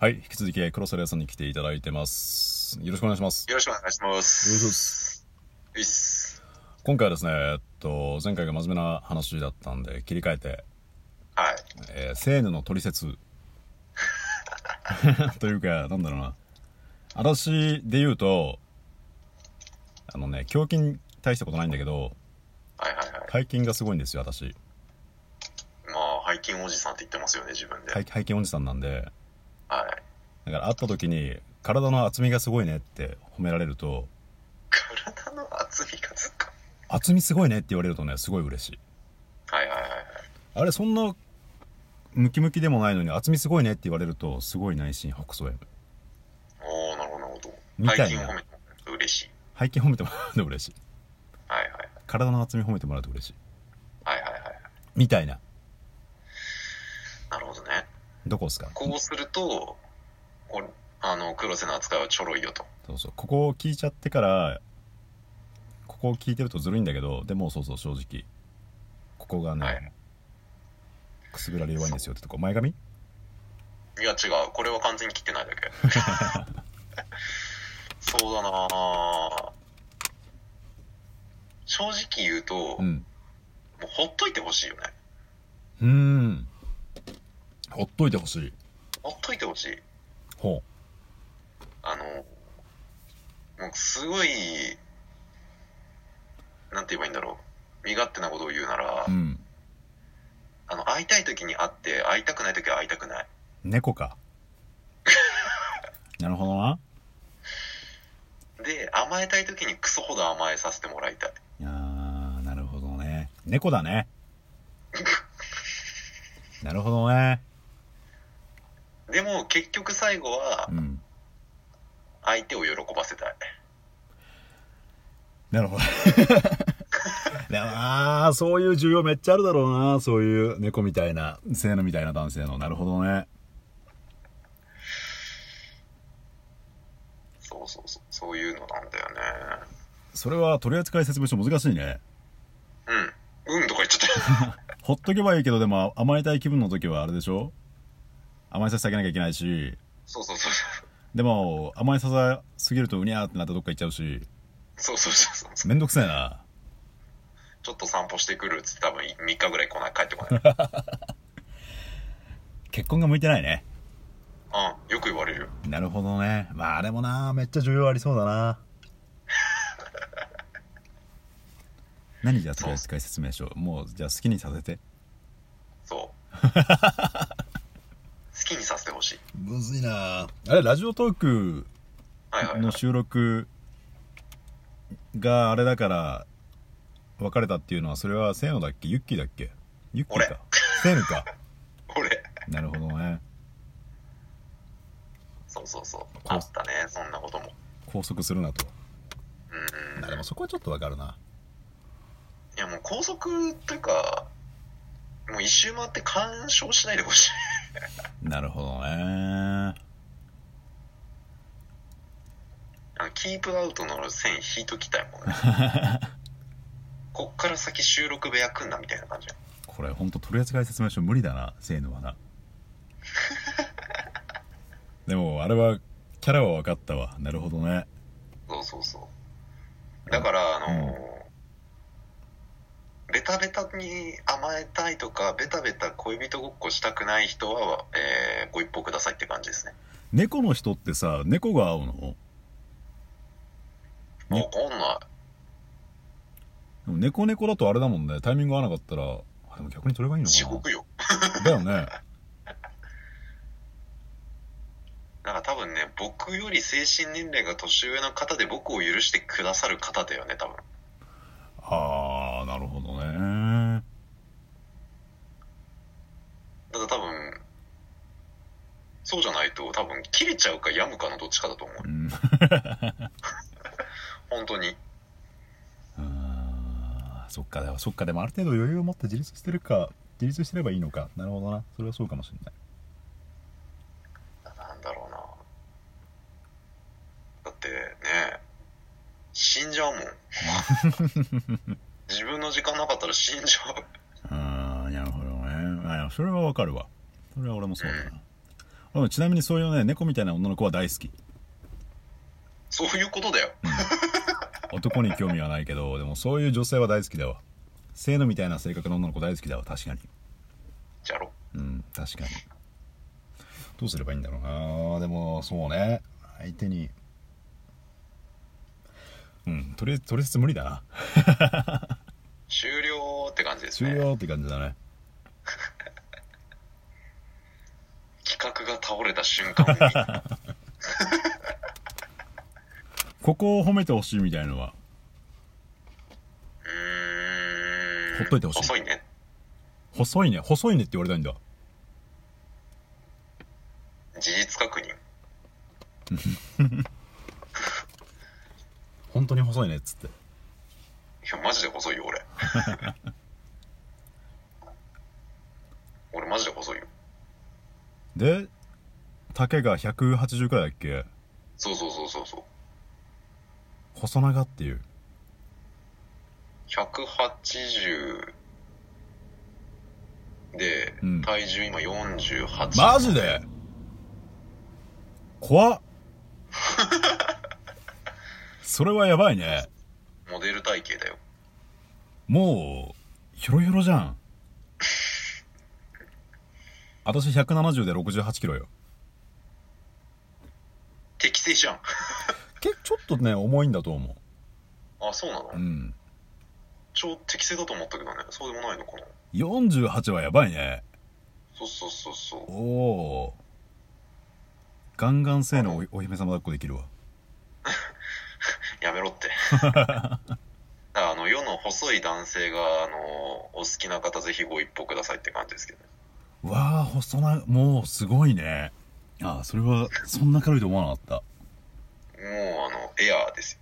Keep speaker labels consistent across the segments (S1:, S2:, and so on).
S1: はい、引き続き黒沢さんに来ていただいてます。よろしくお願いします。
S2: よろしくお願いします。。
S1: よろしくお願いします
S2: いっす。
S1: 今回はですね、えっと、前回が真面目な話だったんで、切り替えて、
S2: はい。
S1: えー、セーヌの取説。 というか、なんだろうな。私で言うと、あのね、胸筋大したことないんだけど、
S2: はいはいはい。
S1: 背筋がすごいんですよ、私。
S2: まあ、背筋おじさんって言ってますよね、自分で。は
S1: 背
S2: い。
S1: 背筋おじさんなんで、だから会った時に、体の厚みがすごいねって褒められると、
S2: 体の厚みがずか。
S1: 厚みすごいねって言われるとね、すごい嬉しい。
S2: はいはいはいはい。
S1: あれそんなムキムキでもないのに厚みすごいねって言われるとすごい内心白そうや
S2: おー、なるほどなるほ
S1: み
S2: ど。
S1: たいな
S2: 背筋を褒めてもらうと嬉しい。
S1: 背筋褒めてもらうと嬉しい
S2: はいはい
S1: 体の厚み褒めてもらうと嬉しい
S2: はい。はいはいはい。
S1: みたいな
S2: なるほどね。
S1: どこですか
S2: こうすると、おあの、黒瀬の扱いはちょろいよと。
S1: そうそうここを聞いちゃってからここを聞いてるとずるいんだけどでもそうそう正直ここがね、
S2: はい
S1: くすぐられ弱いんですよってとこ前髪
S2: いや違う。これは完全に切ってない だけ。そうだなぁ正直言うと、
S1: う
S2: もうんほっといてほしいよね。
S1: うーんほっといてほしい
S2: ほっといてほしい。
S1: ほ
S2: あの、もうすごい、なんて言えばいいんだろう。身勝手なことを言うなら、
S1: ううん
S2: あの、会いたい時に会って、会いたくない時は会いたくない。
S1: 猫かなるほどな
S2: で、甘えたい時にクソほど甘えさせてもらいたい。
S1: いやーなるほどね猫だねなるほどね
S2: でも、結局最後は
S1: う、ん
S2: 相手を喜ばせたい。
S1: なるほど でもあーそういう需要めっちゃあるだろうなそういう猫みたいな性のみたいな男性のなるほどね
S2: そうそうそう。そういうのなんだよね。
S1: それは取扱説明書難しいね
S2: うん。うんとか言っち ゃっ。
S1: ほっとけばいいけどでも甘えたい気分の時はあれでしょ甘えさせてあげなきゃいけないした
S2: そうそうそうそう。
S1: でも甘えさせすぎるとうにゃーってなってどっか行っちゃうし
S2: そうそうそうそう。
S1: めんどくせえな
S2: ちょっと散歩してくるっつって多分3日ぐらい来ない、帰ってこない。
S1: 結婚が向いてないね
S2: うん。よく言われるよ。
S1: なるほどねまああれもなめっちゃ需要ありそうだ な何じゃあ取扱説明書もうじゃあ好きにさせて
S2: そう。 好きにさせてほしい。
S1: むずいなあれラジオトーク
S2: はいはい、は
S1: の
S2: い。
S1: 収録があれだから別れたっていうのはそれはせーのだっけユッキーだっけユッキーかせーのか
S2: 俺。
S1: なるほどね
S2: そうそうそう。
S1: こう
S2: あったね、そんなことも。
S1: 拘束するなと
S2: うん。
S1: あでもそこはちょっとわかるない
S2: やもう高速というか、もう一周回って干渉しないでほしい。
S1: なるほどね
S2: あの、キープアウトの線引いときたいもんね。 こっから先収録部屋来んなみたいな感じ。
S1: これほんと取扱説明書無理だなせーのはな でもあれはキャラは分かったわなるほどね
S2: そうそうそう。だから、あのーベタベタに甘えたいとか、ベタベタ恋人ごっこしたくない人は、えーご一報くださいって感じですね。
S1: 猫の人ってさ猫が合うのでね
S2: わかんない。
S1: も猫猫だとあれだもんねタイミング合わなかったらあでも逆に取ればいいの
S2: 地
S1: か
S2: 獄よ。
S1: なだよね
S2: なんか多分ね、僕より精神年齢が年上の方で僕を許してくださる方だよね、多分。
S1: ああなるほどね
S2: ただ多分、そうじゃないと多分切れちゃうか病むかのどっちかだと思う
S1: う。ん
S2: 本当に。
S1: あーそっかでもそっかでもある程度余裕を持って自立してるか自立してればいいのかなるほどなそれはそうかもしれない
S2: なんだろうな。だってね、死んじゃ うもん。自分の時間なかったら死んじゃう。
S1: ああなるほどねあそれはわかるわそれは俺もそうだなうんちなみにそういうね猫みたいな女の子は大好き
S2: そういうことだよ。
S1: 男に興味はないけどでもそういう女性は大好きだわ性のみたいな性格の女の子大好きだわ確かに
S2: じゃろ。
S1: うん確かにどうすればいいんだろうなでもそうね相手にうんとりあえずとりあえず無理だな
S2: 終了って感じです
S1: 終
S2: ね。
S1: 了って感じだね
S2: 企画が倒れた 瞬間に。
S1: ここを褒めてほしいみたいのは
S2: うーん。
S1: ほっといてほしい
S2: 細いね。
S1: 細いね細いねって言われたいんだ
S2: 事実確認。
S1: 本当に細いねっつって
S2: いや、マジで細いよ、 俺。俺、マジで細いよ。
S1: で丈が180くらいだっけ
S2: そうそうそうそうそう。
S1: 細長っていう
S2: 180で、
S1: うん
S2: 体重今48。
S1: マジで怖 っそれはやばいね
S2: モデル体型だよ。
S1: もうヒョロヒョロじゃん私170で68キロよ
S2: 適正じゃん。
S1: けちょっとね重いんだと思
S2: あ、そうなの
S1: ううん
S2: 超適正だと思ったけどね。そうでもないのかな。
S1: 48はやばいね
S2: そうそうそうそう。
S1: おおガンガン性のおお姫様抱っこできるわ
S2: やめ ろって。だからあの、世の細い男性が、あの、お好きな方ぜひご一報くださいって感じですけどね。
S1: わあ細なもうすごいねああそれはそんな軽いと思わなかっ
S2: もう、あの、エアーですよ。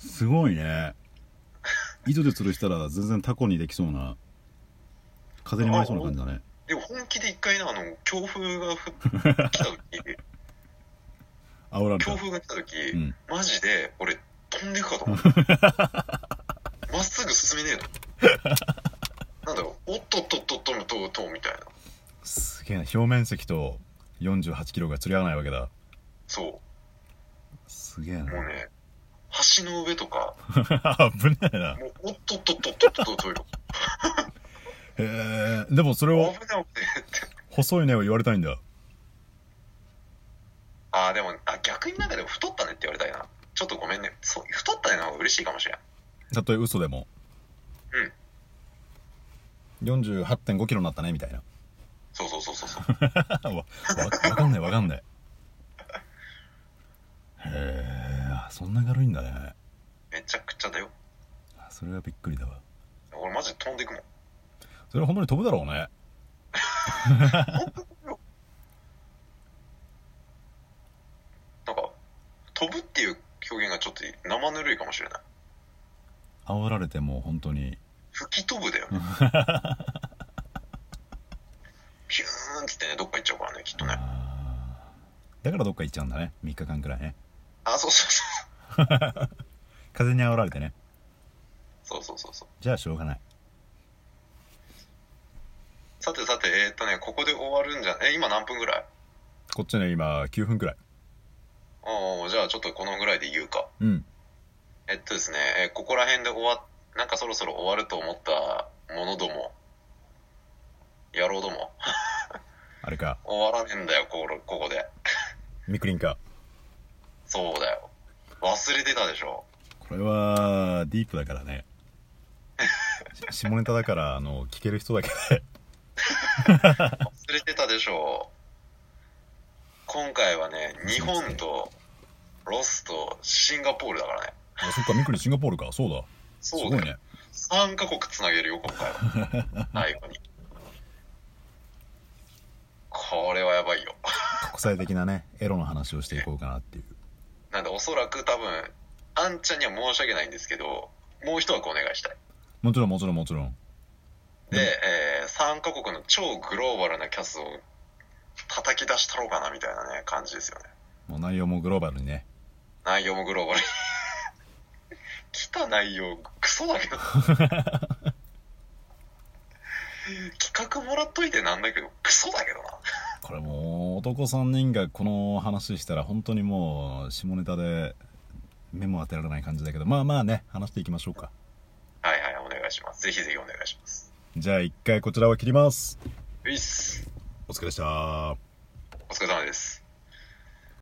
S1: たすごいね糸で吊るしたら全然タコにできそうな風に舞いそうな感じだね
S2: でも本気で一回な、あの、強風 がふ来た時、
S1: 煽られた
S2: 強風が来た時、
S1: うん
S2: マジで俺飛んでくかと 思うまっすぐ進めねえのなんだろうおっとっとっとっとっとっとみたいな
S1: すげえな表面積と48キロが釣り合わないわけだ
S2: そ
S1: すげえな
S2: うもうね橋の上とか
S1: 危ねえな
S2: もうおっとっとっとっとっとっとっとよ
S1: へえでもそれ
S2: 危
S1: を
S2: ない危ないって
S1: 細いねを言われたいんだ
S2: ああでもあ逆になんかでも太ったねって言われたいなちょっとごめんねそう太ったねの方が嬉しいかもしれん
S1: たとえ嘘でもうん48.5キロになったねみたいな
S2: そうそうそうそ うそう
S1: わわわかんないわかんないへえあそんな軽いんだね
S2: めちゃくちゃだよ
S1: あそれはびっくりだわ
S2: 俺マジで飛んでくもん
S1: それは本当に飛ぶだろうね
S2: なんか飛ぶっていう表現がちょっと生ぬるいかもしれない
S1: 煽られても本当に
S2: 吹き飛ぶだよねピューンっつってねどっか行っちゃうからねきっとね
S1: あーだからどっか行っちゃうんだね3日間くらいね
S2: あそうそう
S1: 風に煽られてね
S2: そうそうそうそうそう
S1: じゃあしょうがない
S2: さてさてえー、っとねここで終わるんじゃえ今何分ぐらい
S1: こっちね今9分くらい
S2: ああじゃあちょっとこのぐらいで言うか
S1: うん
S2: えっとですね、えーここら辺で終わなんかそろそろ終わると思ったものども野郎ども
S1: あれか
S2: 終わらねえんだよここここで
S1: ミクリンか
S2: そうだよ忘れてたでしょ
S1: これはディープだからねし下ネタだからあの聞ける人だけで
S2: 忘れてたでしょう今回はね日本とロスとシンガポールだからね
S1: あそっかミクリンシンガポールかそうだす
S2: そう
S1: ごい
S2: だよ、
S1: ね
S2: 3カ国つなげるよ今回は 最後にこれはやばいよ
S1: 国際的なねエロの話をしていこうかなっていう
S2: なんでおそらく多分あんちゃんには申し訳ないんですけどもう一枠お願いしたい
S1: もちろんもちろんもちろん
S2: で、え3カ国の超グローバルなキャスを叩き出したろうかなみたいなね感じですよね
S1: もう内容もグローバルにね
S2: 内容もグローバル 来た内容クソだけど企画もらっといてなんだけどクソだけどな
S1: これもう男3人がこの話したら本当にもう下ネタで目も当てられない感じだけどまあまあね話していきましょうか
S2: はいはい、お願いします。ぜひぜひお願いします。
S1: じゃあ一回こちらは切ります
S2: ういっす。
S1: お疲れでした
S2: お疲れ様です。